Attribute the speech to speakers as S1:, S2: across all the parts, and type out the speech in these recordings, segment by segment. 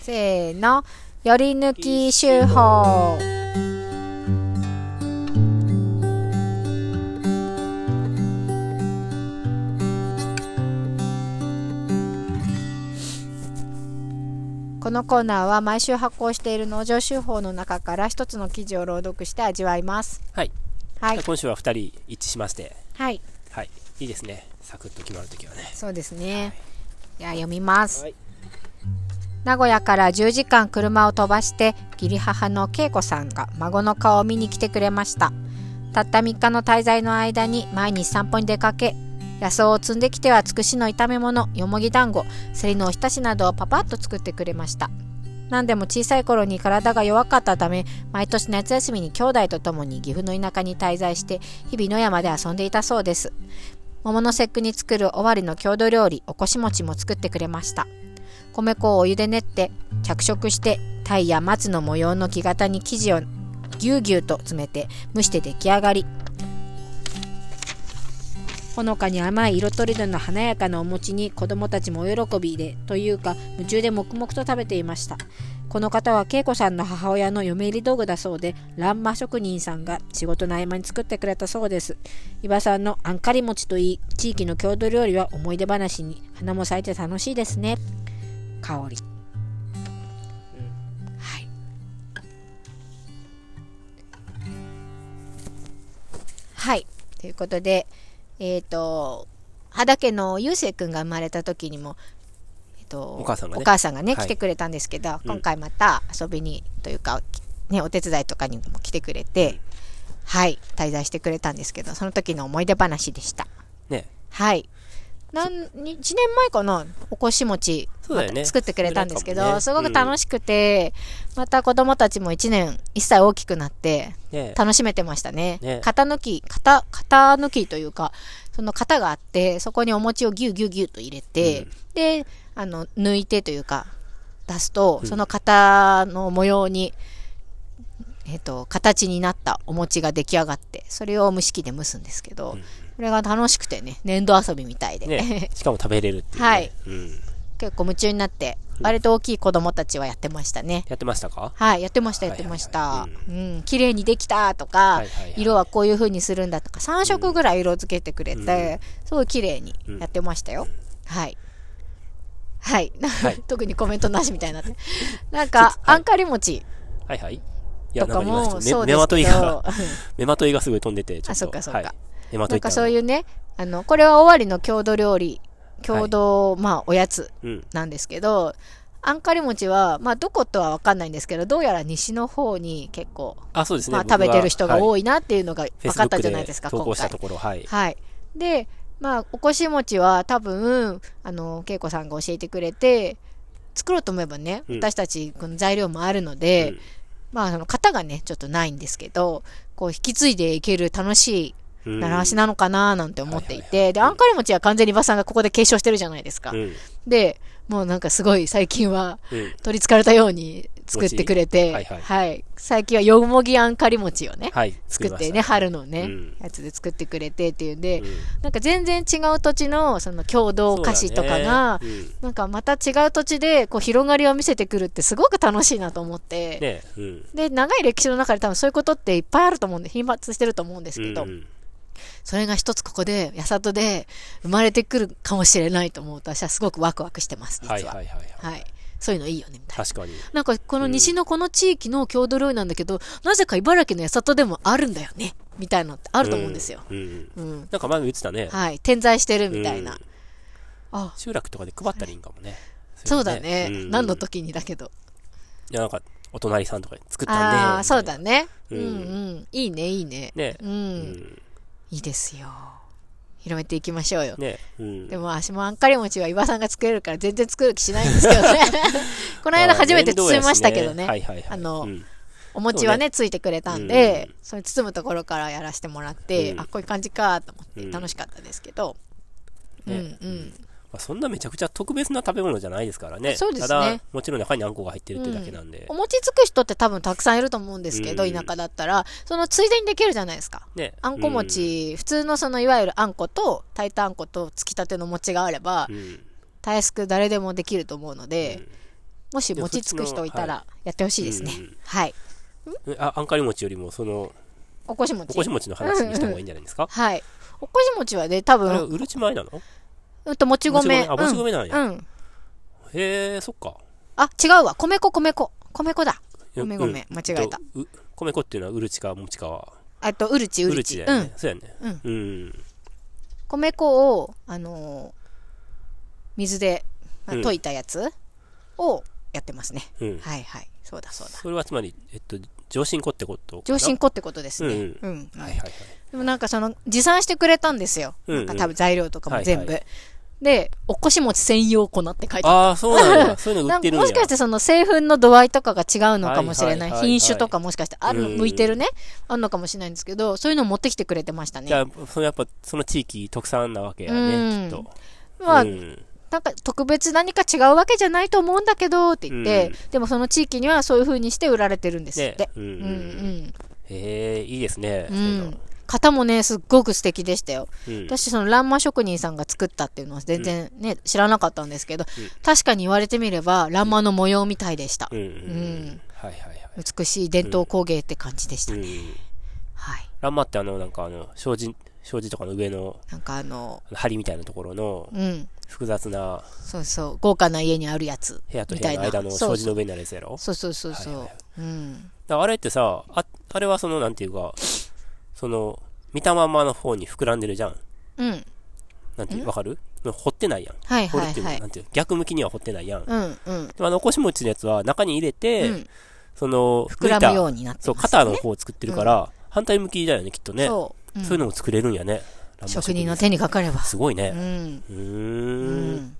S1: せーの、より抜き手法。このコーナーは毎週発行している農場手法の中から一つの記事を朗読して味わいます。
S2: はい。
S1: はい。
S2: 今週は二人一致しまして、
S1: はい。
S2: はい。いいですね。サクッと決まるときはね。
S1: そうですね。じゃあ読みます。
S2: はい。
S1: 名古屋から10時間車を飛ばして義理母の恵子さんが孫の顔を見に来てくれましたたった3日の滞在の間に毎日散歩に出かけ野草を摘んできてはつくしの炒め物よもぎ団子せりのおひたしなどをパパッと作ってくれました何でも小さい頃に体が弱かったため毎年夏休みに兄弟と共に岐阜の田舎に滞在して日々野山で遊んでいたそうです桃の節句に作る尾張の郷土料理おこし餅も作ってくれました米粉をお湯で練って着色してタイや松の模様の木型に生地をぎゅうぎゅうと詰めて蒸して出来上がりほのかに甘い色とりどりの華やかなお餅に子供たちもお喜びでというか夢中で黙々と食べていましたこの方は恵子さんの母親の嫁入り道具だそうでランマ職人さんが仕事の合間に作ってくれたそうです伊庭さんのあんかり餅といい地域の郷土料理は思い出話に花も咲いて楽しいですね香り、はいはいということでえっ、と畑家のゆうせいくんが生まれた時にもえーと
S2: お母さんがね
S1: お母さんがね
S2: はい
S1: 来てくれたんですけど、
S2: ん
S1: 今回また遊びにというか、ね、お手伝いとかにも来てくれて、はい滞在してくれたんですけどその時の思い出話でした
S2: ね。
S1: はい。なん1年前かなおこし餅
S2: そうだよね
S1: また作ってくれたんですけど、す
S2: 作
S1: ご
S2: れ
S1: く
S2: たかもね
S1: 楽しくて、また子供たちも1年1歳大きくなって
S2: ね
S1: 楽しめてましたね
S2: ね
S1: 型抜き型型抜きというかその型があってそこにお餅をギュギュギュと入れて、
S2: うん
S1: であの抜いてというか出すと、その型の模様に、えっと形になったお餅が出来上がってそれを蒸し器で蒸すんですけど、
S2: ん
S1: これが楽しくてね粘土遊びみたいで、
S2: ね。しかも食べれるっていう、ね。
S1: はい
S2: うん。
S1: 結構夢中になって割と大きい子供たちはやってましたね。
S2: やってましたか
S1: はい、やってました、やってまし
S2: は
S1: た
S2: いは。
S1: うん、綺麗にできたとか
S2: はいはいは、い
S1: 色はこういう風にするんだとか、3色ぐらい色付けてくれて、すごい綺麗にやってましたよ。はい。はい
S2: い。
S1: 特にコメントなしみたいにな って。なんか、あんかり餅
S2: はいはい。い
S1: とか
S2: なん
S1: も
S2: 今ちょ
S1: そ
S2: っと
S1: う
S2: 目
S1: で
S2: 目ますとい
S1: け
S2: が
S1: ど、、
S2: 目まといがすごい飛んでて、ちょっと。
S1: あそっかそっか
S2: はい、目まと
S1: ないんかそう
S2: う。
S1: いうね、あの、これは終わりの郷土料理、郷土、まあ、おやつ
S2: うん。
S1: なんですけど、あんかり餅は、まあ、どことは分かんないんですけど、どうやら西の方に結構、
S2: あ、そうですね。
S1: まあ、食べてる人が
S2: い。
S1: 多いなっていうのが
S2: フェ
S1: 分
S2: イス
S1: か
S2: ブ
S1: っ
S2: ッ
S1: た
S2: ク
S1: じゃないですか、
S2: で投稿
S1: 今
S2: した
S1: 回
S2: と。ころ、はい。
S1: はい、で、まあ、おこし餅は多分あの恵子さんが教えてくれて作ろうと思えばね、
S2: うん
S1: 私たちこの材料もあるので、
S2: うん
S1: まあ、その型がねちょっとないんですけどこう引き継いでいける楽しい
S2: うん
S1: 習わしなのかななんて思っていて、であんかり餅は完全に馬さんがここで継承してるじゃないですか、
S2: うん。
S1: でもうなんかすごい最近は
S2: うん。
S1: 取りつかれたように作ってくれて、
S2: 餅はい
S1: 最近はよもぎあんかり餅をね、
S2: はい。
S1: 作っ
S2: り
S1: て
S2: ま
S1: ね
S2: した
S1: 春のね、
S2: うん
S1: やつで作ってくれてっていうんで、
S2: うん
S1: なんか全然違う土地のその共同
S2: そうだね
S1: 歌詞とかが、
S2: うん
S1: なんかまた違う土地でこう広がりを見せてくるってすごく楽しいなと思って、
S2: ねうん。
S1: で長い歴史の中で多分そういうことっていっぱいあると思うんで頻発してると思うんですけど、
S2: うん
S1: それが一つここで八里で生まれてくるかもしれないと思うと私はすごくワクワクしてます実は、
S2: はいはいはいはい。
S1: はいそういうのいいよねみたいな。
S2: 確かに。
S1: なんかこの西のこの地域の郷土料理なんだけど、なぜか茨城の八里でもあるんだよねみたいなのってあ
S2: あ
S1: ると思うんですよ。。
S2: うん。
S1: うん、
S2: なんか前も言ってたね。
S1: はい、点在してるみたいな。
S2: うん
S1: あ、
S2: 集落とかで配ったらいいんかもね。
S1: そうだね。
S2: うん
S1: 何の時にだけど。
S2: いや、なんか、お隣さんとかに作ったんで。
S1: ああ、そうだ
S2: ね。
S1: ね。う
S2: うんん
S1: うん。いいね、いいね。
S2: ね
S1: う、
S2: うんん。
S1: いいですよ。広めていきましょうよ。
S2: ねうん。
S1: でも、足もあんかり餅は岩さんが作れるから全然作る気しないんですけど ね。この間初めて包みましたけどね。
S2: まあ面倒やしはいはいはい。
S1: あの
S2: うん
S1: お餅はねついてくれたんで、それ包むところからやらせてもらって、
S2: うん
S1: あこういう感じかと思っ
S2: う
S1: て
S2: ん
S1: 楽しかったですけど、うん
S2: ね
S1: うん
S2: まあそんなめちゃくちゃ特別な食べ物じゃないですからね。
S1: そうですね
S2: ただ、もちろん中にあんこが入ってるってだけなんで
S1: お。餅つく人って多分たくさんいると思うんですけど、
S2: うん
S1: 田舎だったらそのついでにできるじゃないですか
S2: ね。
S1: あんこ餅、普通のそのいわゆるあんこと炊いたあんことつきたての餅があれば
S2: うん。うん。
S1: たやすく誰でもできると思うので、もし餅つく人いたらやってほしいですね
S2: うんうん。
S1: はい。
S2: えああんかり餅よりもその
S1: おこし
S2: お
S1: 餅
S2: こし。餅の話にした方がいいんじゃないですか、
S1: はい。おこし餅はね、多
S2: あれは
S1: 分、
S2: うるち米なの
S1: うんと、もち米。
S2: あもち米なんや、
S1: うん。うん。
S2: へえそっか
S1: あ、違うわ。米粉、米粉。米粉だ。ごめんごめん間違えた
S2: うんう米粉っていうのはうるちかもちかは
S1: えっと、うるち、
S2: う
S1: う
S2: る
S1: る
S2: ち
S1: ち。
S2: だ
S1: う
S2: よ
S1: ん
S2: ね。そうやね
S1: うん
S2: うん
S1: 米粉を、あのー水で、まあ
S2: うん
S1: 溶いたやつをやってますね。
S2: うん
S1: はいはい。そうだそうだ。
S2: それはつまりえっと上新粉ってことかな
S1: 上新粉ってことですね。うん、
S2: うはいはいはい
S1: でもなんかその、持参してくれたんですよ。
S2: うんうん
S1: なんか多分材料とかも全部。
S2: はいは
S1: で、おこし餅専用粉って書いてある。
S2: ああそうなん だそういうの売
S1: な
S2: っ
S1: んか
S2: てるんや
S1: もしかしてその製粉の度合いとかが違うのかもしれな。
S2: はいはいいはいはい
S1: 品種とかもしかしてあるの、
S2: うん
S1: 向いてるね。あるのかもしれないんですけど、そういうの持ってきてくれてました
S2: じ
S1: ね。
S2: ゃあそのやっぱその地域特産なわけや
S1: うん
S2: ねきっと
S1: まあ、
S2: うん
S1: なんか特別何か違うわけじゃないと思うんだけどって言って、でもその地域にはそういう風にして売られてるんですっ
S2: ね
S1: て。
S2: うんう
S1: うんん
S2: う
S1: うんん。
S2: へえいいですね
S1: う
S2: そういうの
S1: ん。型もね、すっごく素敵でしたよ。
S2: うん
S1: 私、その欄間職人さんが作ったっていうのは全然ね、知らなかったんですけど、確かに言われてみれば、欄間の模様みたいでした。
S2: うんう
S1: うんん
S2: はいはいはい
S1: 美しい伝統工芸って感じでした
S2: う
S1: ね。
S2: ん
S1: はい。
S2: ランマってあのなんかあの障子障子とかの上の
S1: なんかあの、
S2: 梁みたいなところの
S1: うん。
S2: 複雑な
S1: そうそう。豪華な家にあるやつ。
S2: 部屋と
S1: み
S2: 部
S1: た
S2: 屋
S1: い
S2: の
S1: な。
S2: 間の
S1: そう
S2: 障子の上になるやつやろ
S1: そうそうそうそう。
S2: はいはいは
S1: うん。
S2: だからあれってさあ、あれはその、なんていうか、その、見たままの方に膨らんでるじゃん。
S1: うん。
S2: なんていう、わかる掘ってないやん。
S1: はい
S2: 掘る
S1: は
S2: って
S1: い
S2: い
S1: う
S2: の
S1: は
S2: は、
S1: い
S2: な。んていう、逆向きには掘ってないやん。で
S1: うんうん。
S2: もあの、おこし餅のやつは中に入れて、
S1: うん
S2: その、
S1: 膨らむようになって
S2: そう、
S1: ます、
S2: 肩の方を作ってるから、反対向きだよね、きっとね。そう,、
S1: そう,、うん
S2: いうのも作れるんやね。ランマ
S1: 職人の手にかかれば。
S2: すごいうね。
S1: ん。
S2: う
S1: う
S2: ーん。
S1: ん。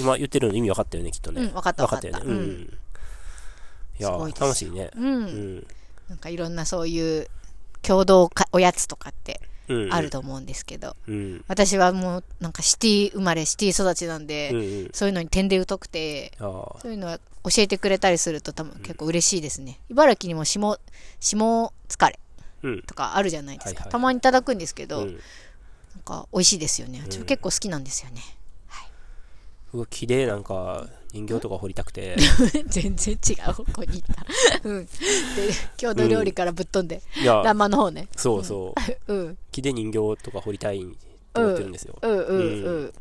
S2: 今言ってるの意味分かったよね、きっとね。
S1: うん分かった
S2: 分かったよね。
S1: 分か
S2: うん
S1: った。
S2: いや
S1: すごいです
S2: ー、
S1: よ
S2: 楽しいね。
S1: う。
S2: うんん。
S1: なんかいろんなそういう共同かおやつとかって
S2: うん。
S1: ある。と思うんですけど、
S2: うん。
S1: 私はもうなんかシティ生まれ、シティ育ちなんで、
S2: うんうん。
S1: そういうのに点で疎くて、
S2: ああ。
S1: そういうのは教えてくれたりすると多分結構嬉しいですね。茨城にも下、下疲れ
S2: うん。
S1: とかあるじゃないですか。
S2: はいはいはい
S1: たまにいただくんですけど、
S2: うん
S1: なんか美味しいですよね。私も結構好きなんですよね。
S2: 僕木でなんか人形とか掘りた くて
S1: 全然違う方向に行った。 うん。で、郷土料理からぶっ飛んで、
S2: いや
S1: ランマの方ね。
S2: そうそう
S1: うん。
S2: 木で人形とか掘りたいと思ってるんですよ、
S1: うんうんう。
S2: うん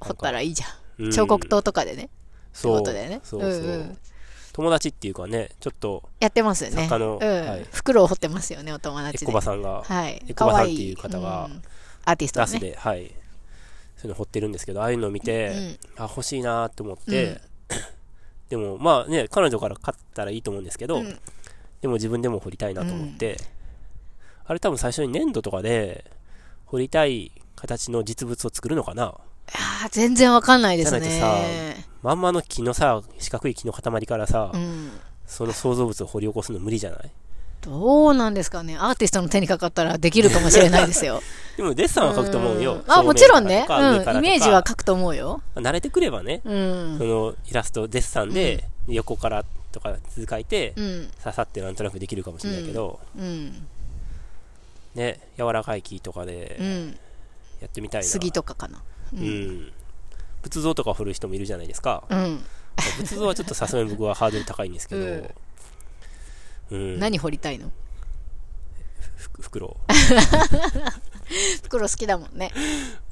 S1: 掘ったらいいじゃ
S2: うん
S1: ん。彫刻刀とかでね。
S2: そ
S1: って
S2: う
S1: ことだよね
S2: そうそう、
S1: うんうん
S2: 友達っていうかねちょっと
S1: やってますよね。
S2: 作家の
S1: う
S2: はい
S1: ん。袋を掘ってますよね、お友
S2: エ
S1: 達
S2: コ
S1: で
S2: バ。さんが
S1: はい。
S2: エコ
S1: か
S2: バさん
S1: わ
S2: って
S1: いい。
S2: いう方が
S1: うんアーティスト
S2: ラ
S1: の
S2: ス
S1: ね。
S2: で、はいそういうの掘ってるんですけどああいうのを見て、あ欲しいなと思って、 でもまあね彼女から買ったらいいと思うんですけど、
S1: うん
S2: でも自分でも掘りたいなと思って、あれ多分最初に粘土とかで掘りたい形の実物を作るのかな
S1: ああ、全然わかんないです
S2: じゃない
S1: ね。
S2: まんまの木のさ、四角い木の塊からさ、
S1: うん。
S2: その創造物を掘り起こすの無理じゃない
S1: どうなんですかね。アーティストの手にかかったらできるかもしれないです よ。
S2: でもデッサンは描くと思うよ
S1: ん。あ、もちろんね。
S2: 正面からと
S1: う
S2: か
S1: ん。イメージは書くと思うよ。
S2: 慣れてくればね、
S1: うん
S2: そ。のイラスト、デッサンで横からとか続書いて、
S1: うん。
S2: 刺さってなんとなくできるかもしれないけど、
S1: うん。
S2: ね、柔らかい木とか
S1: う
S2: で
S1: ん。
S2: やってみたいな。
S1: 杉とかかな。う
S2: うん。
S1: ん。
S2: 仏像とか掘る人もいるじゃないですか。
S1: うん。
S2: 仏像はちょっとさすがに僕はハードル高いんですけ ど、うん、
S1: 何掘りたいの
S2: ふ袋。
S1: 袋好きだもんね。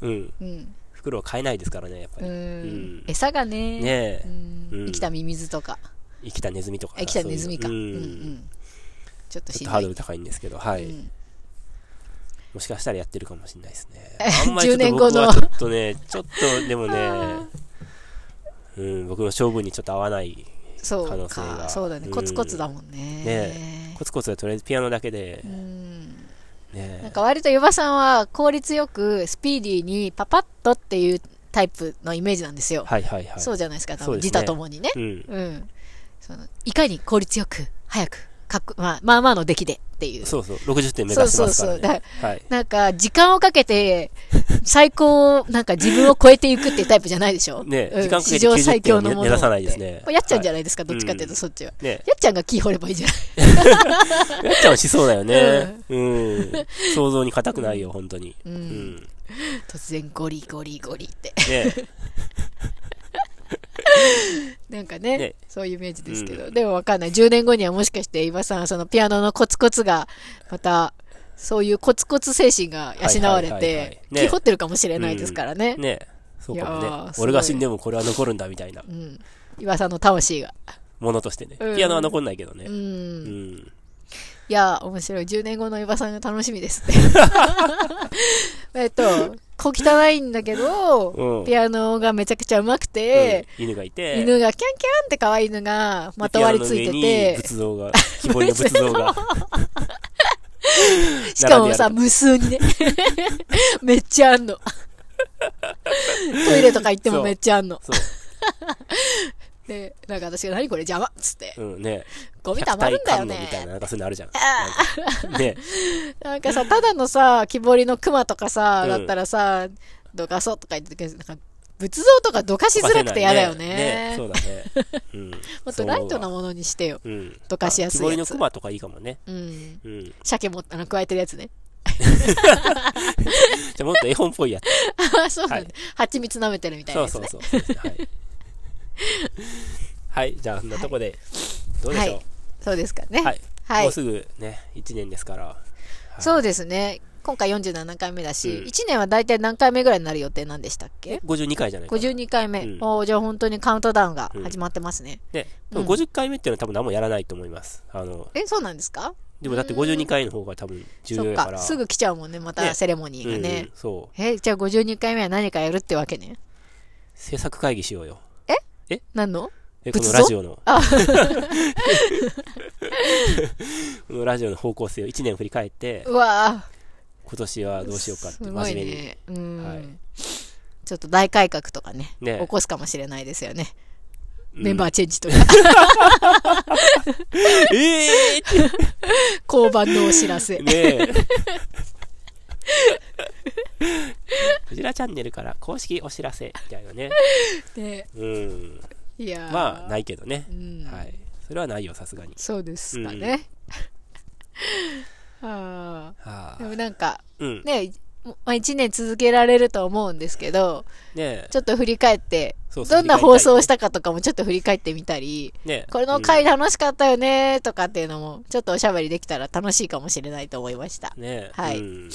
S2: うん。
S1: うん。
S2: 袋は買えないですからね、やっぱ
S1: う
S2: り。
S1: ん
S2: ん。
S1: 餌がね。
S2: ねえ
S1: うん
S2: うん
S1: 生きたミミズとか。
S2: 生きたネズミとか
S1: あ生きたネズミか。
S2: そううん
S1: う
S2: いうのうん
S1: ん。ちょっと
S2: ちょ
S1: しんど
S2: っと
S1: い。
S2: ハードル高いんですけど、はい、
S1: うん。
S2: もしかしたらやってるかもしれないです ねあんまりちょっと
S1: 10
S2: 僕
S1: 年
S2: は
S1: 後
S2: ち
S1: の
S2: ょっとね、ちょっとでもね、うん、僕の勝負にちょっと合わない。
S1: そ
S2: 可
S1: う
S2: 能性
S1: か。
S2: が
S1: そうだね。
S2: うん
S1: コツコツだもんね
S2: ね。コツコツはとりあえずピアノだけで
S1: う、ん。なん
S2: ね、
S1: か割と湯葉さんは効率よくスピーディーにパパッとっていうタイプのイメージなんですよ。
S2: はいはいはい。
S1: そうじゃないですか、多
S2: そう
S1: 分
S2: ですね
S1: 自他ともにね。
S2: うん。
S1: うん。そのいかに効率よく、早く、かっこ、まあ、まあまあの出来でっていう。
S2: そうそう、60点目指してますからね。
S1: そうそう
S2: はい。
S1: なんか、時間をかけて、最高を、なんか自分を超えていくっていうタイプじゃないでしょ
S2: ね
S1: うん
S2: 時間かけて
S1: 史上最強のものを
S2: 90点を目指さないですね
S1: これやっちゃんじゃないですか、どっちかっていう
S2: う
S1: と
S2: ん
S1: そっちは。
S2: ね、
S1: やっちゃんが木掘ればいいじゃない
S2: やっちゃんはしそうだよね。うん。想像に固くないよ、本当に。うんん。
S1: 突然ゴリゴリゴリって。
S2: ね
S1: なんかね
S2: ね
S1: そういうイメージですけど、でもわかんない10年後にはもしかして伊庭さんそのピアノのコツコツがまたそういうコツコツ精神が養われ
S2: はいはいはいはい
S1: て
S2: ね
S1: 気掘ってるかもしれないですからね,、
S2: ねそうかも
S1: いやー
S2: ね
S1: すごい
S2: 俺が死んでもこれは残るんだみたいな
S1: うん、伊庭さんの魂が
S2: ものとしてね、
S1: うん
S2: ピアノは残んないけど
S1: う
S2: ねうんん、
S1: いや面白い10年後の伊庭さんが楽しみ ですねえっと小汚いんだけど、
S2: うん
S1: ピアノがめちゃくちゃうまくて、
S2: うん犬がいて
S1: 犬がキャンキャンって可愛い犬がまとわりついて
S2: ピアノの上に
S1: て、
S2: 仏 像が、木彫りの仏像が。
S1: しかもさ、
S2: 並んで
S1: 無数 にね。めっちゃあんの。トイレとか行ってもめっちゃあんの。
S2: そう。
S1: で、なんか私が何これ邪魔っつって。
S2: うんね。
S1: ゴミ溜
S2: 百
S1: まる
S2: 体
S1: んだよ
S2: 観音みたい
S1: ね。
S2: な、なんかそういうのあるじゃん。なんかね。
S1: なんかさ、ただのさ、木彫りの熊とかさ、
S2: うん
S1: だったらさ、どかそうとか言ってたけど、なんか仏像とかどかしづらくて嫌だよね。
S2: そうだね。うん。
S1: もっとライトなものにしてよ。
S2: うん。
S1: どかしやすいやつ
S2: 木彫りの熊とかいいかもね。
S1: うん。
S2: うん。じ
S1: 鮭も、あの、加えてるやつね。
S2: ゃあもっと絵本っ ぽいやつ。
S1: あそうなん
S2: は
S1: だ。蜂蜜舐めてるみたいな
S2: そ
S1: や
S2: う
S1: つ
S2: そう
S1: ね。
S2: そう。そうですねはい。はい。じゃあ、そんなとこで、どうでしょ
S1: そうですかね
S2: う。。はい。
S1: はい
S2: もうすぐね、1年ですから。はい
S1: そうですね。今回47回目だし、
S2: うん
S1: 1年は大体何回目ぐらいになる予定なんでしたっけ
S2: 52回じゃないかな。
S1: ?52 回目。
S2: うん
S1: おーじゃあ本当にカウントダウンが始まってますね。
S2: で、多分
S1: うん
S2: 50回目っていうのは多分何もやらないと思います。あの、
S1: え、そうなんですか
S2: でもだって52回の方が多分重要
S1: そっ
S2: やから。
S1: か。すぐ来ちゃうもんね、また
S2: ね
S1: セレモニーが
S2: うんう
S1: ね
S2: ん。そう。
S1: え、じゃあ52回目は何かやるってわけね。
S2: 制作会議しようよ。
S1: 何の
S2: え、こ
S1: 仏
S2: の
S1: 像
S2: ラジオの。
S1: あ
S2: このラジオの方向性を1年振り返って、
S1: うわぁ。
S2: 今年はどうしようかって、
S1: す
S2: 真
S1: ごい
S2: 面目に。
S1: ね。うん、
S2: はい
S1: ちょっと大改革とかね
S2: ね
S1: 起こすかもしれないですよね。
S2: うん
S1: メンバーチェンジとか、
S2: え
S1: 交番のお知らせ
S2: ー、。ねえ。 クジラチャンネルから公式お知らせみたいなね。
S1: ね
S2: うん。
S1: いやー
S2: まあ、ないけどね
S1: う。ん
S2: はい。それはないよ、さすがに。
S1: そうですかね。 あ
S2: は
S1: あで
S2: あ。
S1: もなんか、
S2: うん。ね
S1: ね、もまあ、1年続けられると思うんですけど、
S2: え。
S1: ちょっと振り返って、
S2: そうそう
S1: どんな放送をしたかとかもちょっと振り返ってみたり、
S2: ねえ
S1: これの回楽しかったよねとかっていうのも、ちょっとおしゃべりできたら楽しいかもしれないと思いました。
S2: ねえ。
S1: はい
S2: うん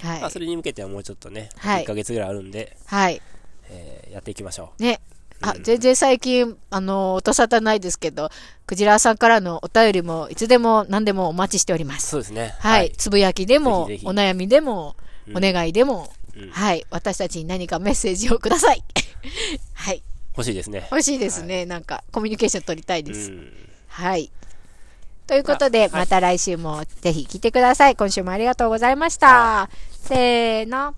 S1: はい
S2: まあ、。それに向けてはもうちょっとね、
S1: はい
S2: 1ヶ月ぐらいあるんで、
S1: はい。
S2: えーやっていきましょ
S1: ね。あ、全然最近、あの、音沙汰ないですけど、クジラさんからのお便りも、いつでも何でもお待ちしておりま
S2: う。
S1: す。
S2: そうですね。
S1: はい、つぶやきでも
S2: ぜひぜひ
S1: お悩みでも、
S2: うん
S1: お願いでも、
S2: うん
S1: はい、私たちに何かメッセージをください。 はい、
S2: 欲しいですね。
S1: 欲しいですね、なんかコミュニケーション取りたいです。
S2: うん
S1: はい。ということで、
S2: まあは
S1: また来週もぜひ聞いてください。今週もありがとうございました。せーの、